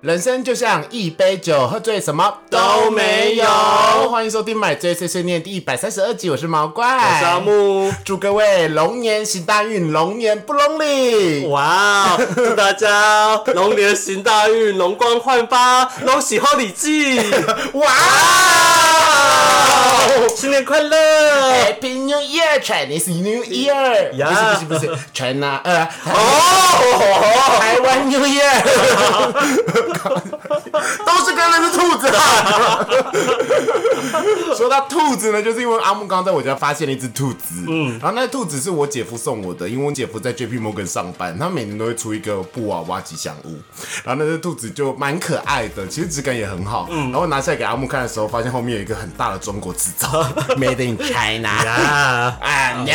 人生就像一杯酒，喝醉什么都没有欢迎收听《买醉碎碎念》第一百三十二集，我是毛怪，我是阿木。祝各位龙年行大运，龙年不龙里。哇！哦祝大家龙年行大运，龙光焕发，龙喜贺礼 记！哇哇！新年快乐！ ！Happy New Year, Chinese New Year！呀不是不是不是，China 呃，哦，台湾 New Year，都是跟那只兔子啊。 说到兔子呢，就是因为阿木刚刚在我家发现了一只兔子，嗯，然后那兔子是我姐夫送我的，因为我姐夫在 JP Morgan 上班，他每年都会出一个布娃娃吉祥物，然后那只兔子就蛮可爱的，其实质感也很好，嗯，然后拿下来给阿木看的时候，发现后面有一个很大的中国制造 ，Made in China，啊啊 no。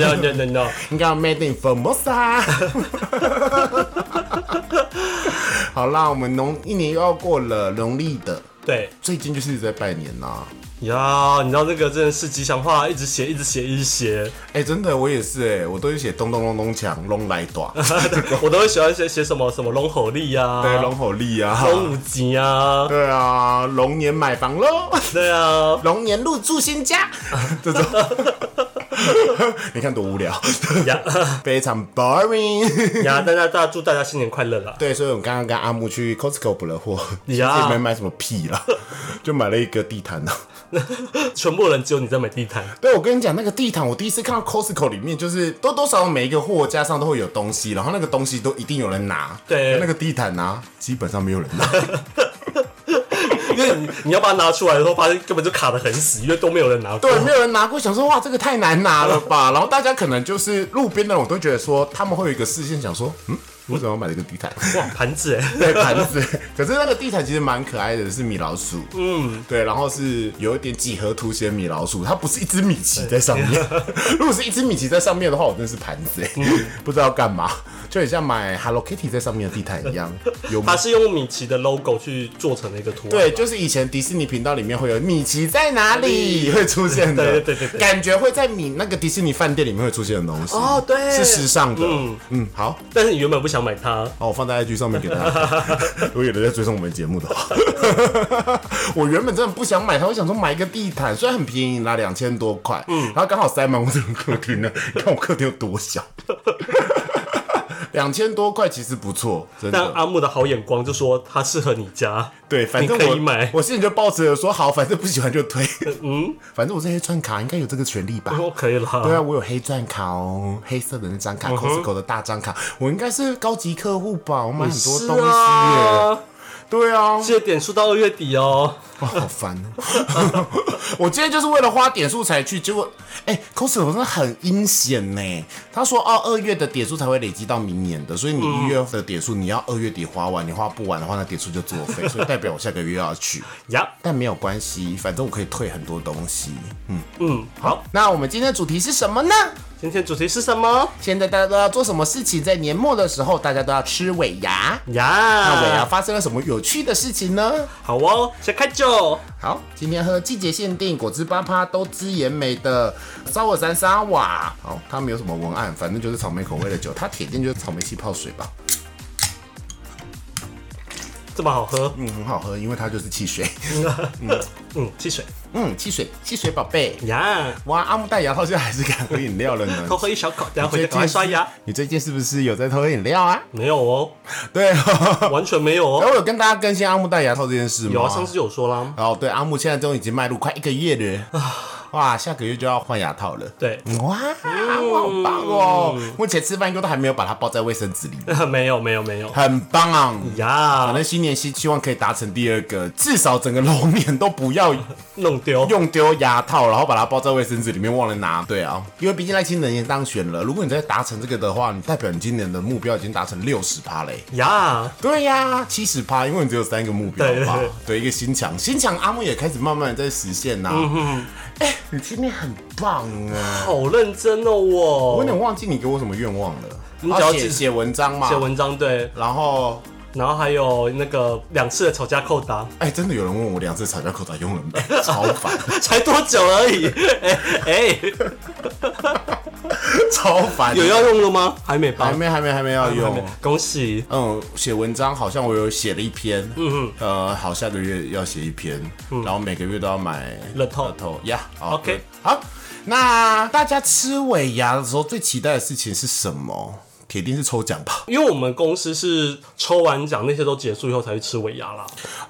！No no no no！应该要 Made in Formosa。好啦，我们农一年又要过了，农历的对最近就是一直在拜年呐、呀，你知道这个真的是吉祥话，一直写，一直写，一直写。 哎、真的，我也是哎、我都是写咚咚咚咚锵，龙来 短，我都会喜欢写写什么什么龙吼力啊，对，龙吼力啊，龙五级啊，对啊，龙年买房喽，对啊， 龙年入住新 家，这种， 你看多无聊， 呀非常 boring。 呀！大家大家祝大家新年快乐啦！对，所以我们刚刚跟阿木去 Costco 补了货，其实呀也没买什么屁啦，就买了一个地毯呢、啊全部人只有你在买地毯，对，我跟你讲，那个地毯，我第一次看到 Costco 里面，就是多多少少每一个货架上都会有东西，然后那个东西都一定有人拿。对那个地毯啊，基本上没有人拿。因为 你你要把它拿出来的时候，发现根本就卡得很死，因为都没有人拿 过。对，没有人拿过，想说哇，这个太难拿了吧。然后大家可能就是路边的人，我都觉得说他们会有一个视线，想说，嗯，为什么要买这个地毯？哇，盘子哎， 对，盘子。可是那个地毯其实蛮可爱的，是米老鼠。嗯，对，然后是有一点几何图形的米老鼠，它不是一只米奇在上 面。 如果是一只米奇在上面的话，我真的是盘子、嗯欸，不知道干嘛，就很像买 Hello Kitty 在上面的地毯一 样，有它是用米奇的 logo 去做成的一个图案。对，就是以前迪士尼频道里面会有米奇在哪里会出现的， 对对对对感觉会在米那个迪士尼饭店里面会出现的东西。哦对是时尚的。嗯嗯嗯，好，但是你原本不想买它，好，我放在 IG 上面给大家看。 如果有人在追踪我们节目的话， 我原本真的不想买它，我想说买一个地毯，虽然很便宜啦，两千多块，嗯，然后刚好塞满我整个客厅呢，你看我客厅有多小， 两千多块其实不错，真但的。阿木的好眼光就说它适合你家。对，反正你可我以买我心里就抱持着说好，反正不喜欢就推，嗯， 反正我这黑钻卡应该有这个权利吧。哦，可以了。对啊，我有黑钻卡哦，黑色的那张卡、c 嗯 o s t c o 的大张卡，我应该是高级客户吧？我买很多是东西耶。啊，对啊，记得点数到二月底哦。哇，好烦哦！ 我今天就是为了花点数才去，结果哎、c o s t c o 真的很阴险呢。他说哦，二月的点数才会累积到明年的，所以你一月的点数你要二月底花完，你花不完的话，那点数就作废，所以代表我下个月要去。呀，但没有关系，反正我可以退很多东西。嗯，好，那我们今天的主题是什么呢？今天主题是什么？现在大家都要做什么事情？在年末的时候，大家都要吃尾牙。那尾牙呀，发生了什么有趣的事情呢？好哦，先开酒。好，今天喝季节限定果汁八趴都之盐美的烧鹅山沙瓦。好，它没有什么文案，反正就是草莓口味的酒，它铁定就是草莓气泡水吧。这么好喝，嗯，很好喝，因为它就是汽水。 嗯，汽水嗯，汽水，汽水宝贝。呀，哇，阿木戴牙套现在还是敢喝饮料了呢。 偷喝一小口，等下回家赶快刷牙。你最近是不是有在偷喝饮料啊？没有 哦，对、完全没有然哦。后我有跟大家更新阿木戴牙套这件事吗？有啊，上次就有说啦。哦，对，阿木现在终于已经迈入快一个月啊了，哇，下个月就要换牙套了。对， 哇，阿木好棒哦！目前吃饭应该都还没有把它包在卫生纸里，没有，没有，没有。很棒。啊呀反，正新年希希望可以达成第二个，至少整个龙年都不要弄丢。用丢牙套，然后把它包在卫生纸里面忘了拿。对啊，因为毕竟赖清德也当选了，如果你再达成这个的话，你代表你今年的目标已经达成六十趴嘞。呀，对呀、7七十趴，因为你只有三个目标对对嘛，对对一个新墙，新墙阿木也开始慢慢地在实现呐、哎、你今天很棒啊！好认真哦，我有我点忘记你给我什么愿望了，你只要啊写记写文章嘛写，文章对，然后然后还有那个两次的吵架扣打， 哎、真的有人问我两次吵架口罩用了没， 超烦。 才多久而已，哎哎，超烦。有要用了吗？还没吧？还没还没还没要还没用。恭喜！嗯，写文章好像我有写了一篇，嗯呃，好下个月要写一篇，然后每个月都要买嗯乐透头呀。好 OK 好，那大家吃尾牙的时候最期待的事情是什么？铁定是抽奖吧？因为我们公司是抽完奖那些都结束以后才去吃尾牙啦。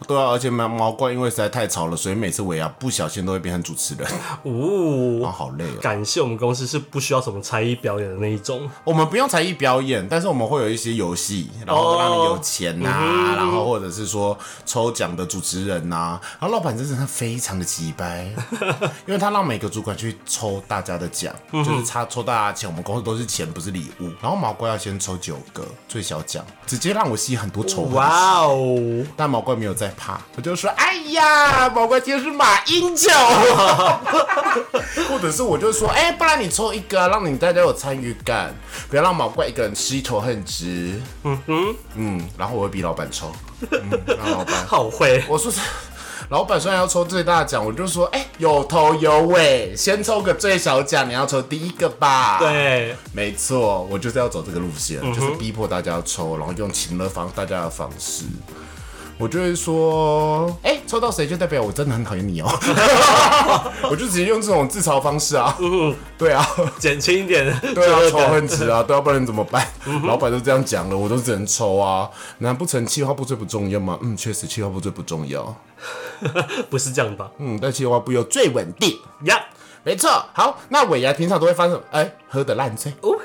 对啊，而且毛毛怪因为实在太吵了，所以每次尾牙不小心都会变成主持人， 呜、啊，好累哦。感谢我们公司是不需要什么才艺表演的那一种。我们不用才艺表演，但是我们会有一些游戏，然后让你有钱呐、然后或者是说抽奖的主持人呐、然后老板真的非常的鸡掰，因为他让每个主管去抽大家的奖，就是他抽大家的钱，我们公司都是钱不是礼物，然后毛怪要先抽九个最小奖，直接让我吸很多仇恨。哇哦！但毛怪没有在怕，我就说：“哎呀，毛怪今天是马英九。” 或者是我就说：“哎、不然你抽一个、啊，让你大家有参与感，不要让毛怪一个人吃一头很直。”嗯哼，嗯，然后我会逼老板抽，嗯，让老板，好会，我说是。老板虽然要抽最大奖，我就说，哎、有头有尾，先抽个最小奖，你要抽第一个吧？，对，没错，我就是要走这个路线，就是逼迫大家抽，然后用请了方大家的方式。我就会说，哎、抽到谁就代表我真的很讨厌你哦、我就直接用这种自嘲方式啊，对啊，减轻一点 对罪啊，恶仇感。恨值啊，对啊，不然怎么办？老板都这样讲了，我都只能抽啊。难不成气化部最不重要吗？嗯，确实气化部最不重要，不是这样吧？嗯，但气化部又最稳定，呀、没错。好，那尾牙平常都会发生什么，哎、喝的烂醉，哦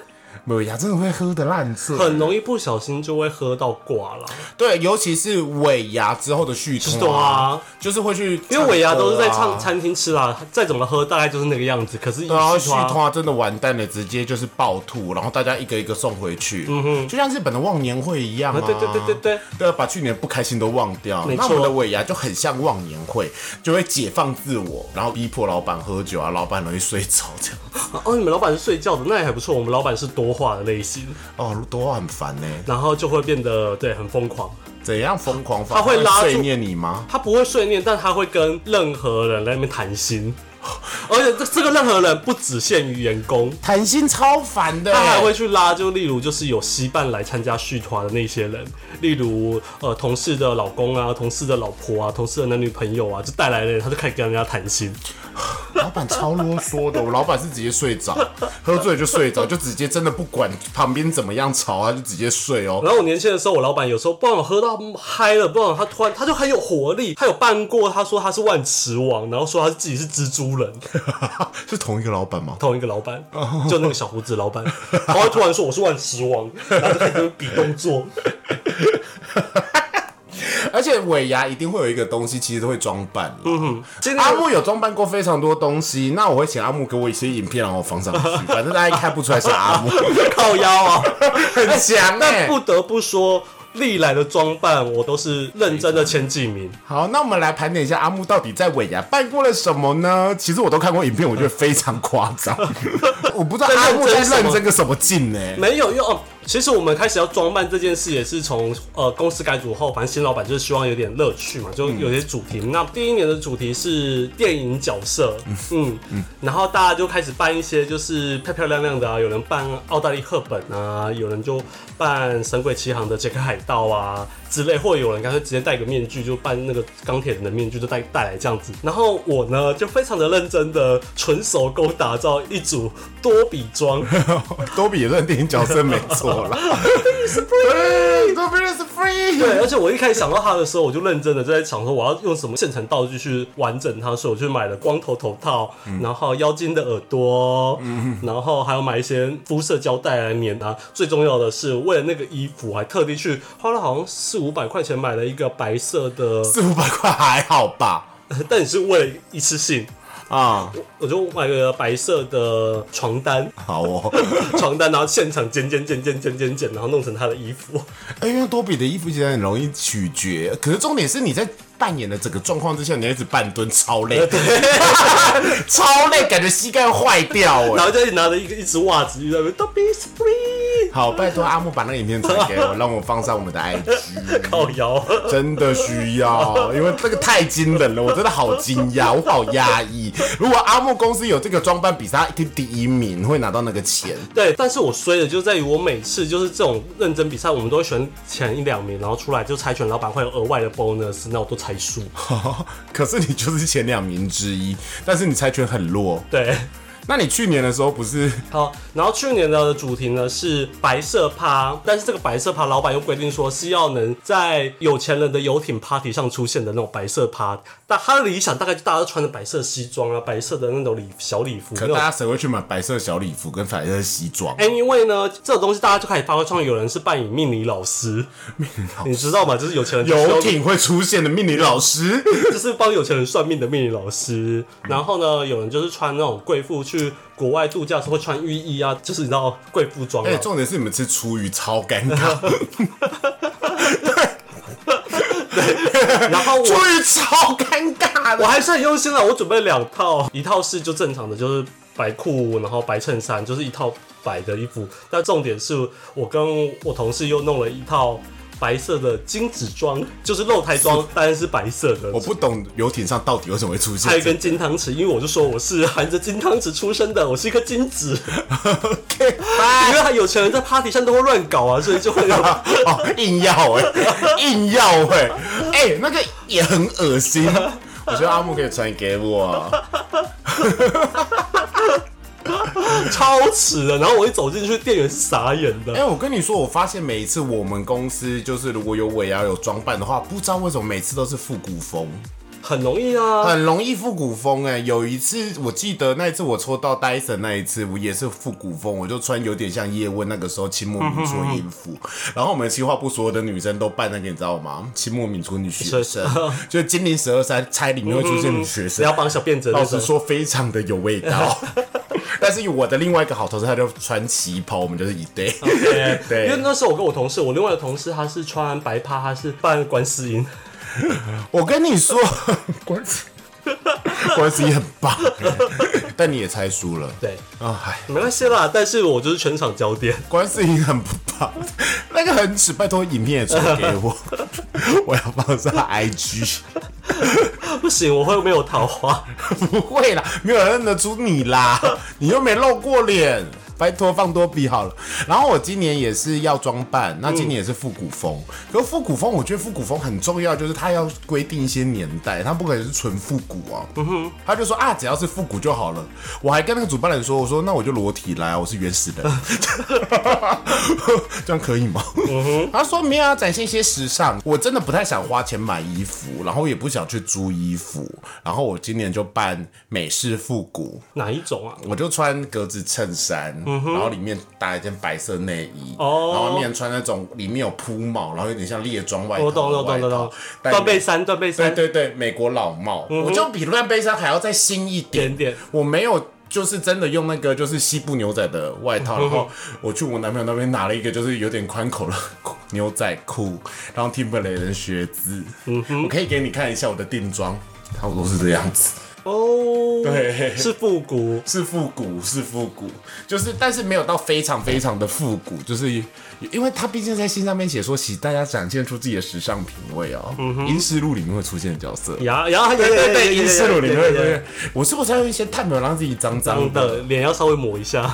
尾牙真的会喝的烂醉，很容易不小心就会喝到挂了，对，尤其是尾牙之后的续对托啊，就是会去、因为尾牙都是在唱唱歌啊。餐厅吃啦，再怎么喝大概就是那个样子。可是一啊然后去续团托真的完蛋了，直接就是暴吐，然后大家一个一个送回去，嗯哼，就像日本的忘年会一样啊，啊对对对对对，对啊，把去年不开心都忘掉。没错那我们的尾牙就很像忘年会，就会解放自我，然后逼迫老板喝酒啊，老板容易睡着这样。哦，你们老板是睡觉的，那也还不错。我们老板是多话的类型，哦，多话很烦呢、 然后就会变得对很疯狂。怎样疯狂法？他会拉住碎念你吗？他不会碎念，但他会跟任何人在那边谈心， 而且这这个任何人不只限于员工，谈心超烦的、欸他还会去拉，就例如就是有西办来参加续团的那些人，例如呃同事的老公啊、同事的老婆啊、同事的男女朋友啊，就带来的人，他就开始跟人家谈心。 老板超啰嗦的，我老板是直接睡着，喝醉就睡着，就直接真的不管旁边怎么样吵啊，就直接睡哦。 然后我年轻的时候，我老板有时候不让我喝到嗨了，不让我他突然他就很有活力，他有办过，他说他是万磁王，然后说他自己是蜘蛛人， 是同一个老板吗？同一个老板，就那个小胡子老板，然后突然说我是万磁王，然后就开始比动作，而且尾牙一定会有一个东西，其实都会装扮啦。今阿天木有装扮过非常多东西，那我会请阿木给我一些影片，然后我放上去，反正大家看不出来是阿木，靠腰啊。很强哎、但不得不说，历来的装扮我都是认真的前几名。好，那我们来盘点一下阿木到底在尾牙办过了什么呢？其实我都看过影片，我觉得非常夸张，我不知道阿木在认真个什么劲欸呢、没有，因为哦，其实我们开始要装扮这件事也是从呃公司改组后，反正新老板就是希望有点乐趣嘛，就有些主题。那第一年的主题是电影角色，嗯嗯，然后大家就开始扮一些就是漂漂亮亮的啊，有人扮奥黛丽·赫本啊，有人就扮《神鬼奇航》的杰克海盗啊之类，或者有人干脆直接戴个面具，就扮那个钢铁人的面具，就带带来这样子。然后我呢，就非常的认真的纯手工打造一组多比装。 多比也算电影角色没错啦。 对多比是 free，对，而且我一开始想到他的时候，我就认真的在想说，我要用什么现成道具去完整它，所以我去买了光头头套，然后妖精的耳朵，然后还有买一些肤色胶带来粘啊。最重要的是，为了那个衣服，我还特地去花了好像四五百块钱买了一个白色的，四五百块还好吧？但也是为了一次性，啊、我就买了白色的床单，好哦。床单，然后现场剪剪剪剪剪剪剪，然后弄成他的衣服。哎因为多比的衣服其实很容易取决，可是重点是你在扮演的整个状况之下，你要一直半蹲，超累， 超累，感觉膝盖坏掉哎、欸 然后就一直拿着一个一只袜子，就在那边 “Don't be free”，好，拜托阿木把那个影片传给我，让我放上我们的 IG，靠腰。 真的需要，因为这个太惊人了，我真的好惊 讶，我好压抑。如果阿木公司有这个装扮比赛，他一定第一名会拿到那个 钱。对，但是我衰的就在于我每次就是这种认真比赛，我们都会选前一两名，然后出来就猜拳，老板会有额外的 bonus，那我都猜输。 可是你就是前两名之一，但是你猜拳很弱。对，那你去年的时候不是好，然后去年的主题呢是白色趴，但是这个白色趴老板又规定说是要能在有钱人的游艇 party 上出现的那种白色趴，但他的理想大概就大家都穿着白色西装啊，白色的那种礼小礼服可那大家种。谁会去买白色小礼服跟白色西装？哎，因为呢，这种东西大家就开始发挥创意，有人是扮演命理老师， 你知道吗？就是有钱人就需要游艇会出现的命理老师，就是帮有钱人算命的命理老师。然后呢，有人就是穿那种贵妇去国外度假的时候会穿浴衣啊，就是你知道贵妇装、啊。哎，重点是你们吃厨余超尴 尬，然后厨我余超尴尬我的。还是很用心啊了，我准备了两套，一套是就正常的，就是白裤，然后白衬衫，就是一套白的衣服。但重点是我跟我同事又弄了一套。白色的精子装就是露 台装，当然是白色的。我不懂游艇上到底为什么会出现还有一这根金汤匙，因为我就说我是含着金汤匙出生的，我是一颗金子。 OK，因为他有钱人在 party 上都会乱搞啊，所以就会有。 哦，硬要哎、硬要哎、哎、那个也很恶心。我觉得阿木可以传给我，啊超耻的。然后我一走进去，店员是傻眼哎、的。我跟你说，我发现每一次我们公司就是如果有尾牙有装扮的话，不知道为什么每次都是复古风， 很容易啊，很容易复古风哎、有一次我记得那一次我抽到 Dyson 那一次，我也是复古风，我就穿有点像叶问那个时候清末民初的衣服，然后我们企划部所有的女生都扮那个你知道吗？清末民初女学生，就是金陵十二钗钗里面会出现女学只生要，绑小辫子老的那实 种。说，非常的有味 道。但是我的另外一个好同事，他就穿旗袍，我们就是一对。对对因为那时候我跟我同事，我另外的同事他是穿白趴，他是扮观世音，我跟你说，关系关系很棒，但你也猜输了。 对，啊，哎，没关系啦。但是我就是全场焦点， 关系很不棒，那个很耻，拜托影片也传给 我，我要放上 IG。不行，我会没有桃花。 不会啦，没有人认得出你啦，你又没露过脸。拜托放多笔好了，然后我今年也是要装扮，那今年也是复古风。可是复古风，我觉得复古风很重要，就是它要规定一些年代，它不可能是纯复古啊。他就说啊，只要是复古就好了。我还跟那个主办人说，我说那我就裸体来啊，我是原始人， 这样可以吗？嗯他说没有啊，展现一些时尚。我真的不太想花钱买衣服，然后也不想去租衣服，然后我今年就办美式复古，哪一种啊？我就穿格子衬衫，然后里面搭一件白色内衣，嗯哦然后面穿那种里面有铺毛，然后有点像猎装外套，我哦懂，我懂，外懂，套懂。戴断背嗯山，断背对山，对对，美国老帽，我就比乱背衫还要再新一点点点我没有。就是真的用那个就是西部牛仔的外套，然后 我去我男朋友那边拿了一个就是有点宽口的牛仔裤，然后 Timberland 的靴子，我可以给你看一下我的定妆，差不多是这样子，哦，对是复古。是复古是复古，就是但是没有到非常非常的复古，就是因为他毕竟在信上面写说，请大家展现出自己的时尚品味哦，《银石路》里面会出现的角色，呀呀，对对对，银银饰乳里面对会对对我是不是要用一些碳表让自己脏脏脏的？的脸要稍微抹一下。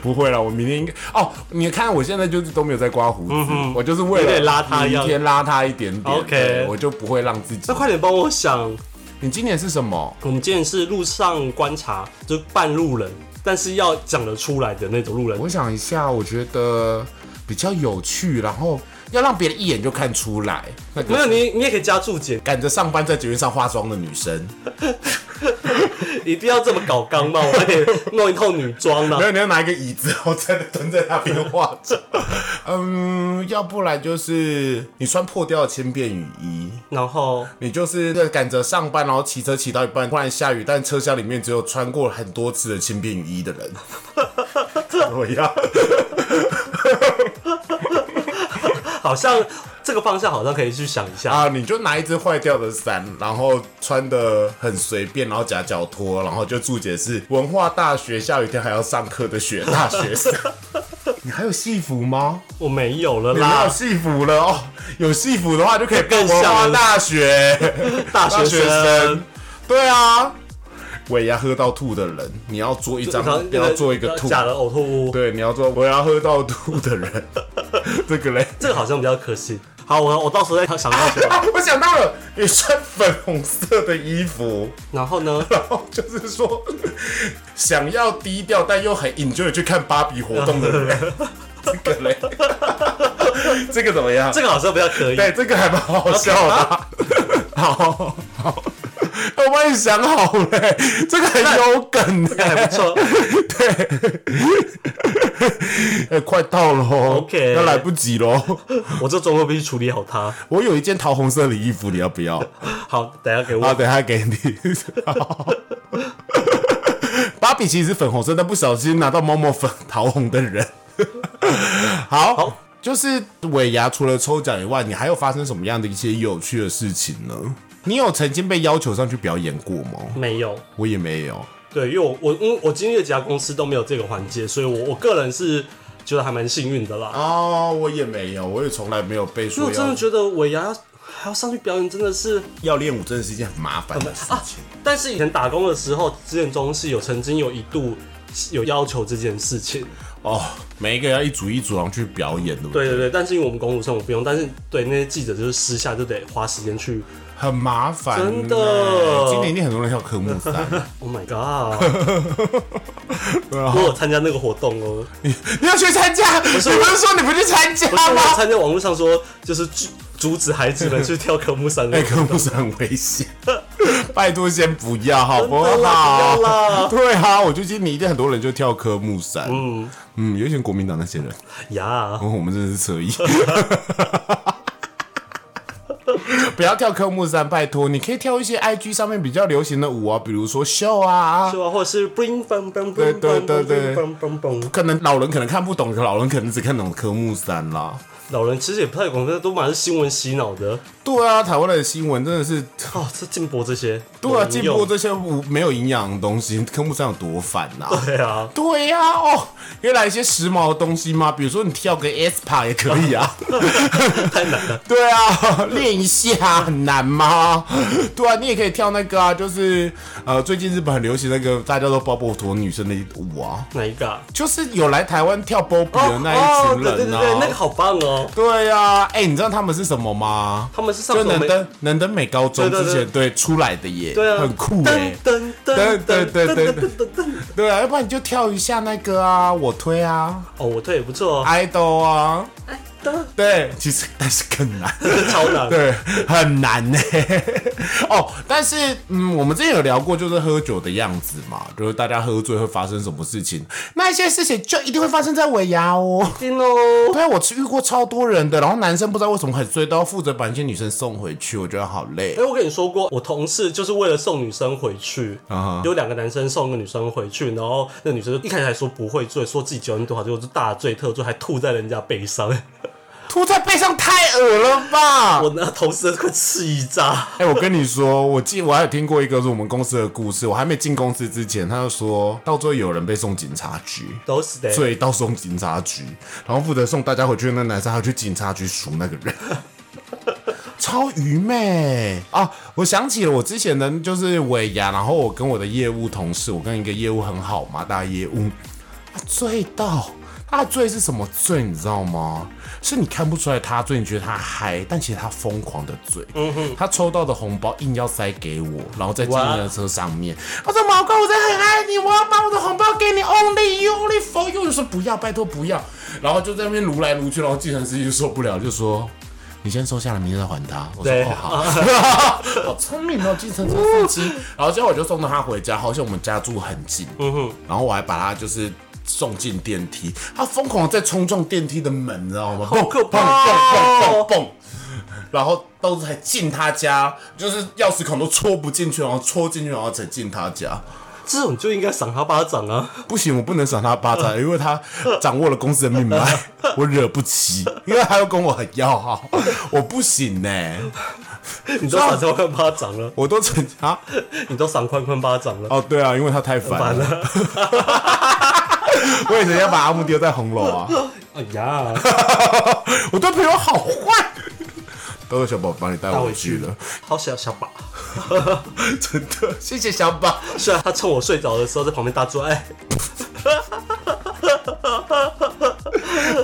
不会啦，我明天应该哦，你看我现在就是都没有在刮胡子，我就是为嗯有了点邋遢一明样天邋遢一点点 OK 对我就不会让自己 那。快点帮我想你今年是什么？我们今天是路上观察，就是半路人，但是要讲得出来的那种路人。我想一下，我觉得比较有趣，然后要让别人一眼就看出来。那没个有你，你也可以加注解，赶着上班在捷运上化妆的女生，一定要这么搞刚吗？我还得弄一套女装 啊呢没。有你要拿一个椅子，然后真的蹲在那边化妆。嗯，要不然就是你穿破掉的千变雨衣。然后你就是赶着上班，然后骑车骑到一半，突然下雨，但车厢里面只有穿过很多次的千变雨衣的人，怎么样？好像这个方向好像可以去想一下。啊，你就拿一只坏掉的伞，然后穿的很随便，然后夹脚拖，然后就注解是文化大学下雨天还要上课的雪大学生。 你还有戏服吗？我没有了你没有啦，戏服了哦，有戏服的话就可以变文更化像大学大学学生。。对啊，尾牙喝到吐的人，你要做一张然后，不要做一个吐。假的呕吐物，对，你要做我要喝到吐的人， 这个嘞。这个好像比较可信。好，我我到时候再想到什么。啊我想到了，你穿粉红色的衣服，然后呢？然后就是说想要低调但又很 enjoy 去看芭比活动的 人，这个嘞，这个怎么样？这个好像比较可以。对，这个还蛮好笑的啊。 好好，我帮你想好嘞，这个很有梗这个的。还不错， 哎，快到了哦 OK 要来不及喽。我这周末必须处理好它。我有一件桃红色的衣服，你要不要？好，等一下给好，我。啊等一下给你。 芭比其实是粉红色，但不小心拿到猫猫粉桃红的人。 好，好就是尾牙除了抽奖以外，你还有发生什么样的一些有趣的事情呢？你有曾经被要求上去表演过吗？没有，我也没有。对，因为我我因为我经历的几家公司都没有这个环节，所以我我个人是觉得还蛮幸运的啦。哦，啊我也没有，我也从来没有被因为说我真的要觉得尾牙还要上去表演，真的是要练舞，真的是一件很麻烦的事情。但是以前打工的时候，之前中戏有曾经有一度有要求这件事情，哦，每一个要一组一组然后去表演，对不对对对，但是因为我们公路生我不用，但是对那些记者就是私下就得花时间去很麻烦呢、真的今年一定很多人跳科目三。 ，Oh my god，我有参加那个活动哦，你你要去参加？不是你我不是说你不去参加不是我有吗？参加网络上说就是阻阻止孩子们去跳科目三的那科目是很危险， 拜托先不要好不真的啦不要好？啦对啊，我就今年一定很多人就跳科目三。嗯嗯，尤其国民党那些人，呀哦，我们真的是扯一。 不要跳科目三，拜托，你可以跳一些 IG 上面比较流行的舞啊，比如说秀啊，是吧？或者是 bling bang bang 对 bling 对 bang 对 bang 对 bang bang bang，可能老人可能看不懂，老人可能只看懂科目三啦。老人其实也不太懂，这都蛮是新闻洗脑的对啊，台湾的新闻真的是哦，这禁播这些，对啊，有进用步这些无没有营养的东西，科目三有多烦呐、对啊， 对呀、哦，可以来一些时髦的东西吗？比如说你跳个 S p a 也可以啊。太难了， 对啊，练一下很难吗？对啊，你也可以跳那个啊，就是呃，最近日本很流行那个大家都包包陀女生的舞啊，哪一个啊？就是有来台湾跳 b o b 的那一群人啊。哦对对对对，那个好棒哦。对呀、哎、你知道他们是什么吗？他们是上就次我能们登能登美高中之对对前对对出来的耶，对啊，很酷哎、噔噔噔噔噔噔噔噔噔噔噔噔。对啊，要不然你就跳一下那个啊，我推啊哦，我推也不错哦， ，idol 啊，噔对，其实但是更难， 超难。对，很难呢、 哦，但是嗯，我们之前有聊过，就是喝酒的样子嘛，就是大家喝醉会发生什么事情，那一些事情就一定会发生在尾牙哦。 听哦，对啊，我遇过超多人的，然后男生不知道为什么很醉，都要负责把一些女生送回去，我觉得好累哎，。我跟你说过，我同事就是为了送女生回去啊哈，有两个男生送一个女生回去，然后那女生就一开始还说不会醉，说自己酒量多好，结果就大醉特醉，还吐在人家背上。吐在背上太恶了吧！我那同事快气炸。 哎、我跟你说，我记我还有听过一个是我们公司的故事。我还没进公司之前，他就说到最后有人被送警察局，都是的，所以到送警察局，然后负责送大家回去的那男生，他去警察局数那个人。 超愚昧啊！我想起了我之前的就是尾牙，然后我跟我的业务同事，我跟一个业务很好嘛，大业务，他醉到他的醉是什么醉，你知道吗？是你看不出来他醉，你觉得他嗨，但其实他疯狂的醉。他抽到的红包硬要塞给我，然后在计程车上面，他说：“毛哥，我真的很爱你，我要把我的红包给你，Only you, only for you。”我就说：“不要，拜托不要。”然后就在那边撸来撸去，然后计程司机就受不了，就说。你先收下了，明天再还他。我说对哦好，好聪明哦，计程车司机。然后最后我就送到他回家，好像我们家住很近，然后我还把他就是送进电梯，他疯狂地在冲撞电梯的门，你知道吗？好可蹦怕蹦蹦哦蹦蹦然后到才进他家，就是钥匙孔都戳不进去，然后戳进去，然后才进他家。这种就应该赏他巴掌啊！不行，我不能赏他巴掌，因为他掌握了公司的命 脉，我惹不起，因为他又跟我很要好，我不行呢、你都赏宽宽巴掌了，我都成啊，你都赏宽宽巴掌了，哦对啊，因为他太烦完了，了！我以前要把阿木丢在红楼啊，哎呀， 我对朋友好坏。都有小宝帮你带他我回回去去了了，，好小小把。真的，谢谢小宝。 虽然他趁我睡着的时候在旁边大做爱，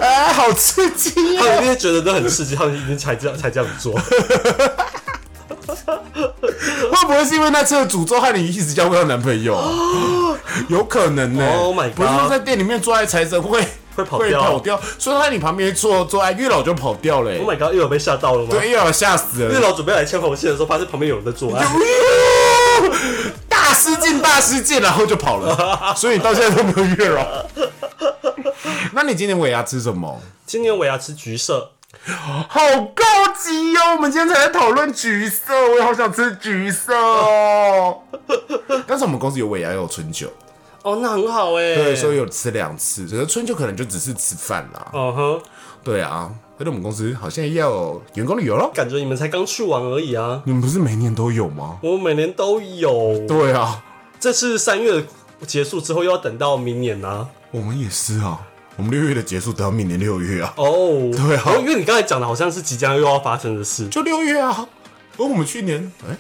哎，好刺激他啊！们一定觉得都很刺激，他们一定才这样才这样做。Oh 会不会是因为那次的诅咒害你一直交不到男朋 友啊？有可能呢、 Oh my god 不是说在店里面做爱才是会会跑掉跑掉，所以他在你旁边做做爱，月老就跑掉了、欸。 Oh my god，又有被吓到了吗？对，月老吓死月了。老准备来牵红线的时候，发现旁边有人在做爱。 大师进大师进，然后就跑了，所以你到现在都没有月老。 那你今天尾牙吃什么？今年我要吃橘色，好高级哦！我们今天才在讨论橘色，我也好想吃橘色哦。但是我们公司有尾牙，也有春酒，哦，那很好哎、对，所以有吃两次，可是春酒可能就只是吃饭啦。嗯哼，对啊，而且我们公司好像也有员工旅游咯。感觉你们才刚去完而已啊。你们不是每年都有吗？我每年都有，对啊，这次三月结束之后，又要等到明年啊。我们也是啊，我们六月的结束等到明年六月啊，哦，对啊因为你刚才讲的好像是即将又要发生的事，就六月啊。而我们去年哎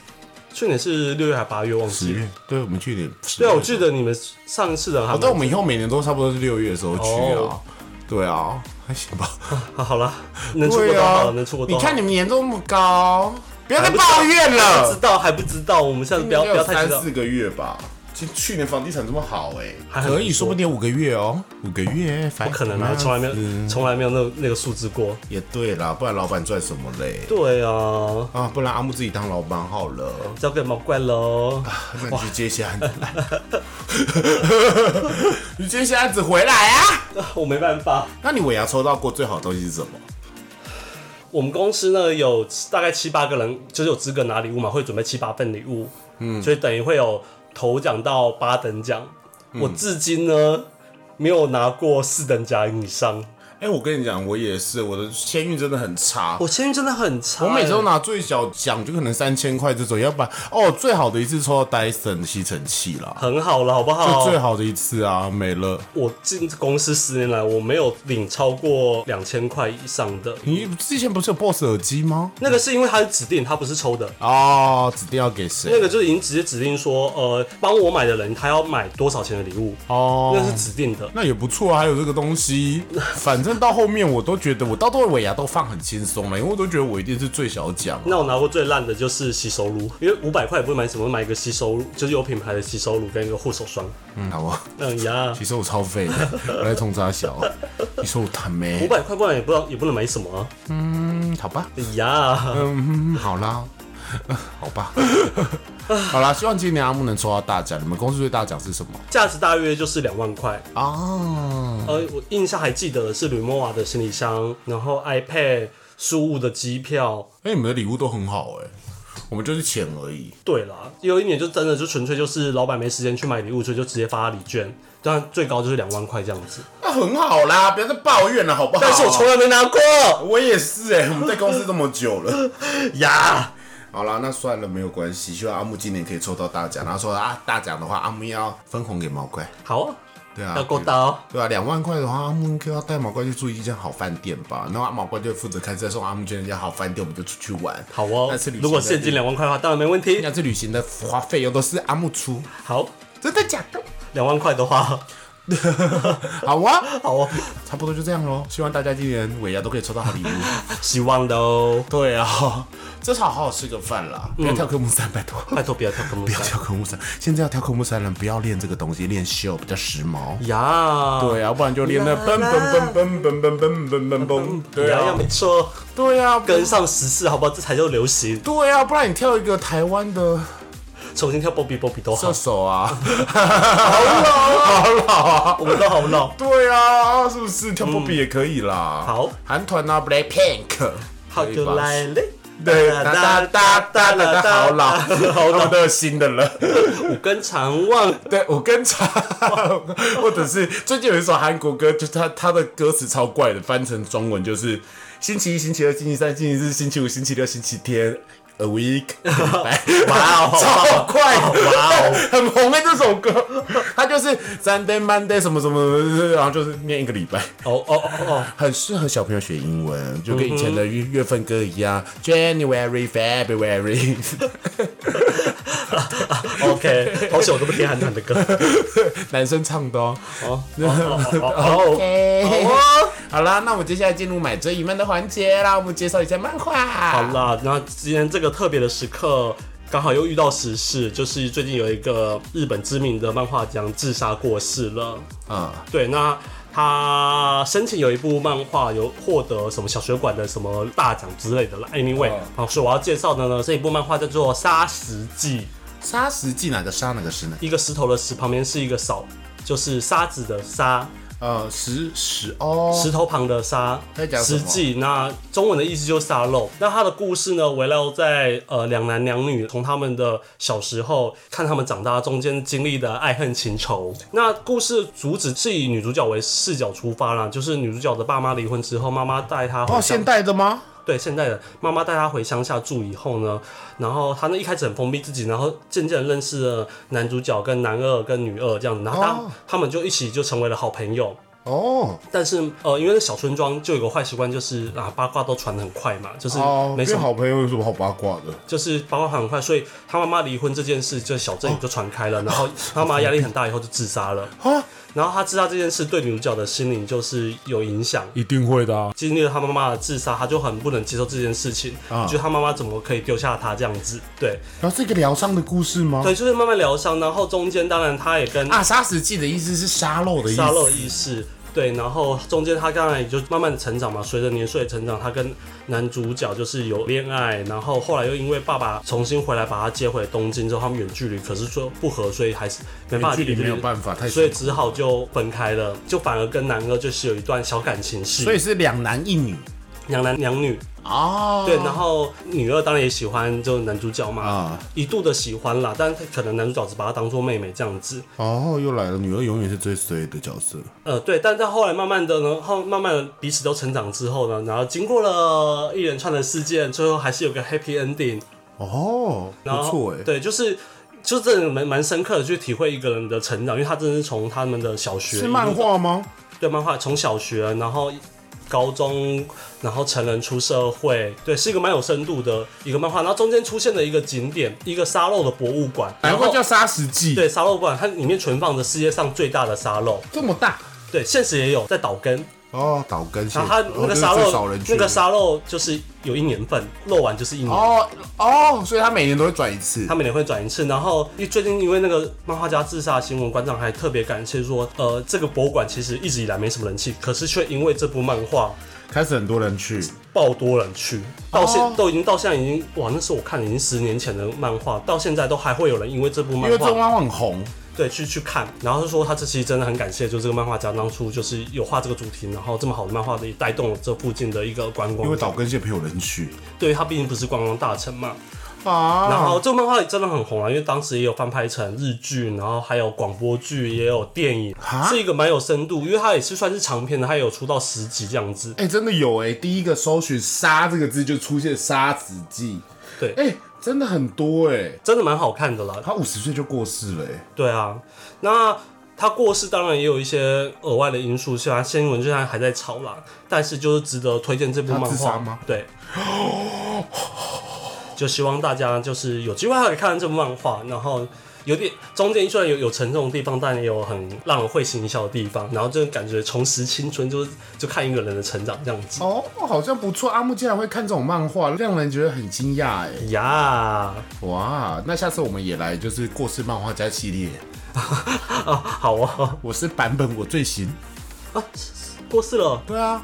去年是六月还八月忘十记了。月，对，我们去年十对月啊，我记得你们上次的还哦蛮、但我们以后每年都差不多是六月的时候去啊哦。对啊，还行吧。啊好了，能出国对都好了，啊能出国，都你好。看你们年终那么高，不要再哎还不知抱怨还不了知。道还不知道，我们下次不要不应该要有太三知道。四个月吧。其实去年房地产这么好哎、还很不错可以，说不定五个月哦，五个月，不不可能啊，从来没有从来没有那那个数字过。也对啦，不然老板赚什么嘞？对啊，啊，不然阿木自己当老板好 了，交给毛怪喽。 那你去接些案子来，你接些案子回来啊！我没办法。那你尾牙抽到过最好的东西是什么？我们公司呢有大概七八个人，就是有资格拿礼物嘛，会准备七八份礼物，嗯，所以等于会有头奖到八等奖。嗯我至今呢没有拿过四等奖以上，哎、我跟你讲，我也是，我的签运真的很差。我签运真的很差、我每次都欸拿最小奖，就可能三千块这种，要不然哦，最好的一次抽到 Dyson 吸尘器啦，很好了，好不就好最？好的一次啊，没了。我进公司十年来，我没有领超过两千块以上的。你之前不是有 BOSS 耳机吗？那个是因为它是指定，它不是抽的。哦，指定要给那谁？个就已经直接指定说，呃，帮我买的人他要买多少钱的礼物，哦，那是指定的。那也不错啊，还有这个东西。反正到后面我都觉得，我到头尾牙都放很轻松了，因为我都觉得我一定是最小奖。那我拿过最烂的就是吸收乳，因为五百块也不会买什么，买一个吸收乳，就是有品牌的吸收乳跟一个护手霜。嗯，好吧，嗯呀，其实我超废的，我来冲扎小。你说我他五妹？百块不然也不知道也不能买什么啊。嗯，好吧，哎呀，嗯，好啦， 好吧， 好啦，希望今年阿木能抽到大奖。你们公司最大奖是什么价值大约就是两万块。啊？呃，我印象还记得的是 Remova 的行李箱，然后 iPad、书务的机票。哎、你们的礼物都很好哎、我们就是钱而已。对啦，有一年就真的就纯粹就是老板没时间去买礼物，所以就直接发礼券，当然最高就是两万块这样子。那很好啦，不要再抱怨了，好不好？但是我从来没拿过我也是哎、我们在公司这么久了。 呀。好啦，那算了，没有关系。希望阿木今年可以抽到大奖。然后说啊，大奖的话，阿木要分红给毛怪。好啊，对啊，要够大哦。对啊，两万块的话，阿木应该要带毛怪去住一间好饭店吧。然后毛怪就负责开车送阿木去人家好饭店，我们就出去玩。好哦那次旅，行如果现金两万块的话，当然没 问题。那次旅行的花费用都是阿木出，好，真的假 的？两万块的话，好啊，好哦，差不多就这样咯。希望大家今年尾牙都可以抽到好礼物。希望的哦。 对啊，嗯至少好好吃个饭啦，不要跳科目三，拜托。拜托不要跳科目不要三跳科目三，现在要跳科目三了，不要练这个东西，练秀比较时髦。呀。对啊，不然就练 那啦蹦啦蹦蹦蹦蹦蹦蹦蹦蹦蹦。 对呀，啊要，没错，对啊，跟上时事好不好？这才叫流行。对啊，不然你跳一个台湾的重新跳 Bobby Bobby 都射好，手啊，好老，好老啊。我 们都好老。对啊，是不是跳波比也可以啦？好，韩团啊，Black Pink，好可以就吧来嘞，对，哒哒哒哒哒哒，好老，好他们老，都有新的了。五根长望， 对，我跟茶，或者是最近有一首韩国歌，就它它的歌词超怪的，翻成中文就是星期一、星期二、星期三、星期四、星期五、星期六、星期天。A week，哇 哦超快，哇 哦，很红的这首歌，它就是 Sunday Monday 什么什么，然后就是念一个礼拜，哦哦哦哦，很适合小朋友学英文，就跟以前的月月份歌一样，January February， 哦 OK，好久我都不听韩团的歌。男生唱的哦。哦哦哦哦 OK 哦， 好啦，那我们接下来进入买追一漫的环节啦，我们介绍一下漫画。好好，啦，那今天这个特别的时刻。刚好又遇到时事，就是最近有一个日本知名的漫画家自杀过世了。嗯，对，那他申请有一部漫画有获得什么小学馆的什么大奖之类的了。Anyway，嗯好，所以我要介绍的呢，这一部漫画叫做《杀石记》，沙石记哪个沙哪个石呢？一个石头的石旁边是一个扫，就是沙子的沙，呃，石石哦，石头旁的沙在讲，什么石记。那中文的意思就是沙漏。那它的故事呢，围绕在呃两男两女从他们的小时候看他们长大中间经历的爱恨情仇。那故事主旨是以女主角为视角出发啦，就是女主角的爸妈离婚之后，妈妈带她回哦，乡现代的吗？对，现在的妈妈带她回乡下住以后呢，然后她呢一开始很封闭自己，然后渐渐认识了男主角跟男二跟女二这样子，然后他、哦他们就一起就成为了好朋友。哦，但是呃，因为那小村庄就有个坏习惯，就是啊八卦都传的很快嘛，就是哦，没什跟么，好朋友有什么好八卦的？就是八卦传很快，所以他妈妈离婚这件事，就小哦镇也就传开了，然后他妈妈压力很大，以后就自杀了。啊，然后他自杀这件事对女主角的心灵就是有影响，一定会的啊。经历了他妈妈的自杀，他就很不能接受这件事情，啊觉得他妈妈怎么可以丢下他这样子？对，然后这个疗伤的故事吗？对，就是慢慢疗伤，然后中间当然他也跟哦啊，沙石记的意思是沙漏的意思。沙漏意识。对，然后中间他当然也就慢慢的成长嘛，随着年岁的成长，他跟男主角就是有恋爱，然后后来又因为爸爸重新回来把他接回东京之后，他们远距离，可是说不合，所以还是没办法距离远没有办法，太所以只好就分开了，就反而跟男二就是有一段小感情所戏，以是两男一女两男两女，哦。对，然后女二当然也喜欢就是男主角嘛，啊，一度的喜欢啦，但是可能男主角只把她当做妹妹这样子。哦，又来了，女儿永远是最衰的角色。呃，对，但在后来慢慢的呢，后慢慢的彼此都成长之后呢，然后经过了一连串的事件，最后还是有个 happy ending。哦，然不后错哎。对，就是。就是真的蛮蛮深刻的去体会一个人的成长，因为他真的是从他们的小学是漫画吗？对漫画，从小学然后高中，然后成人出社会，对，是一个蛮有深度的一个漫画。然后中间出现了一个景点，一个沙漏的博物馆，难然怪后叫沙石记。对，沙漏馆，它里面存放着世界上最大的沙漏。这么大对，现实也有在岛根，哦，岛根县然后它那个沙哦这是最少漏人，去那的个沙漏就是有一年份，漏完就是一年。哦哦，所以他每年都会转一次他。每年会转一次，然后因为最近因为那个漫画家自杀的新闻，馆长还特别感谢说，呃，这个博物馆其实一直以来没什么人气，可是却因为这部漫画开始很多人去，爆多人去，到现、哦都已经到现在已经哇，那时候我看了已经十年前的漫画，到现在都还会有人因为这部因漫为这画部漫画很红。对，去去看，然后就说他这期真的很感谢，就这个漫画家当初就是有画这个主题，然后这么好的漫画的也带动了这附近的一个观光。因为岛根县没有人去对他毕竟不是观光大城嘛，啊。然后这个漫画真的很红啊，因为当时也有翻拍成日剧，然后还有广播剧，也有电影哈，是一个蛮有深度，因为它也是算是长篇的，它也有出到十集这样子。哎、真的有哎、第一个搜寻“沙”这个字就出现沙子记，对，哎、真的很多哎、真的蛮好看的啦。他五十岁就过世了、欸，对啊，那他过世当然也有一些额外的因素，虽然新闻虽然还在炒啦，但是就是值得推荐这部漫他自杀画吗？对， 就希望大家就是有机会可以看这部漫画，然后。有点中间虽然有有沉重的地方，但也有很让人会心一笑的地方。然后就感觉重拾青春，就是就看一个人的成长这样子。哦，好像不错。阿木竟然会看这种漫画，让人觉得很惊讶哎。呀、哇，那下次我们也来就是过世漫画家系列。啊， 好哦，啊我是版本我最行。过世了对啊，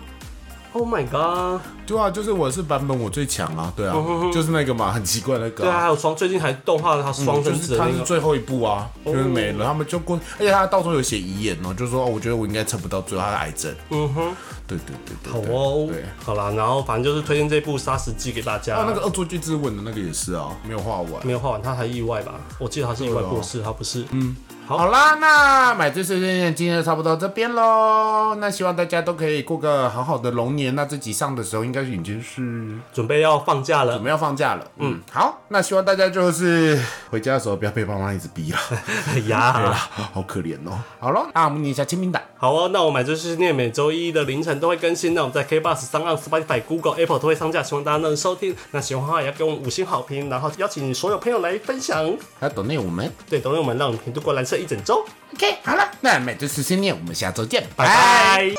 Oh my god！对啊，就是我是版本我最强啊，哦对啊，就是那个嘛，很奇怪那个对啊，啊、还有双，最近还动画了他双嗯就生子是的他那是个，哦最后一部啊，就是没了，他们就过，而且他到时候有写遗言哦、就说、哦我觉得我应该撑不到最后，他的癌症，嗯哼，对对对对好对哦对。，好啦，然后反正就是推荐这部《杀死记》给大家。还哦有那个恶作剧之吻的那个也是啊，没有画完。没有画完，他还意外吧？我记得他是意外过世，他不是。嗯，好啦，那买醉碎碎念今天就差不多到这边喽。那希望大家都可以过个好好的龙年。那这集上的时候，应该已经是准备要放假我了。们要放假了。嗯，好，那希望大家就是回家的时候不要被爸妈一直逼了， 哎呀，好可怜哦。好了，那我们念一下签名档。好哦，那我买就是念每周一的凌晨都会更新，那我们在 K Bus、s o n Spotify、Google、Apple 都会上架，希望大家能收听。那喜欢的话也要给我们五星好评，然后邀请你所有朋友来分享。还有抖内我们对，都让我们让你们度过蓝色一整周， ，OK，好了，那买醉碎碎念，我们下周见，拜拜。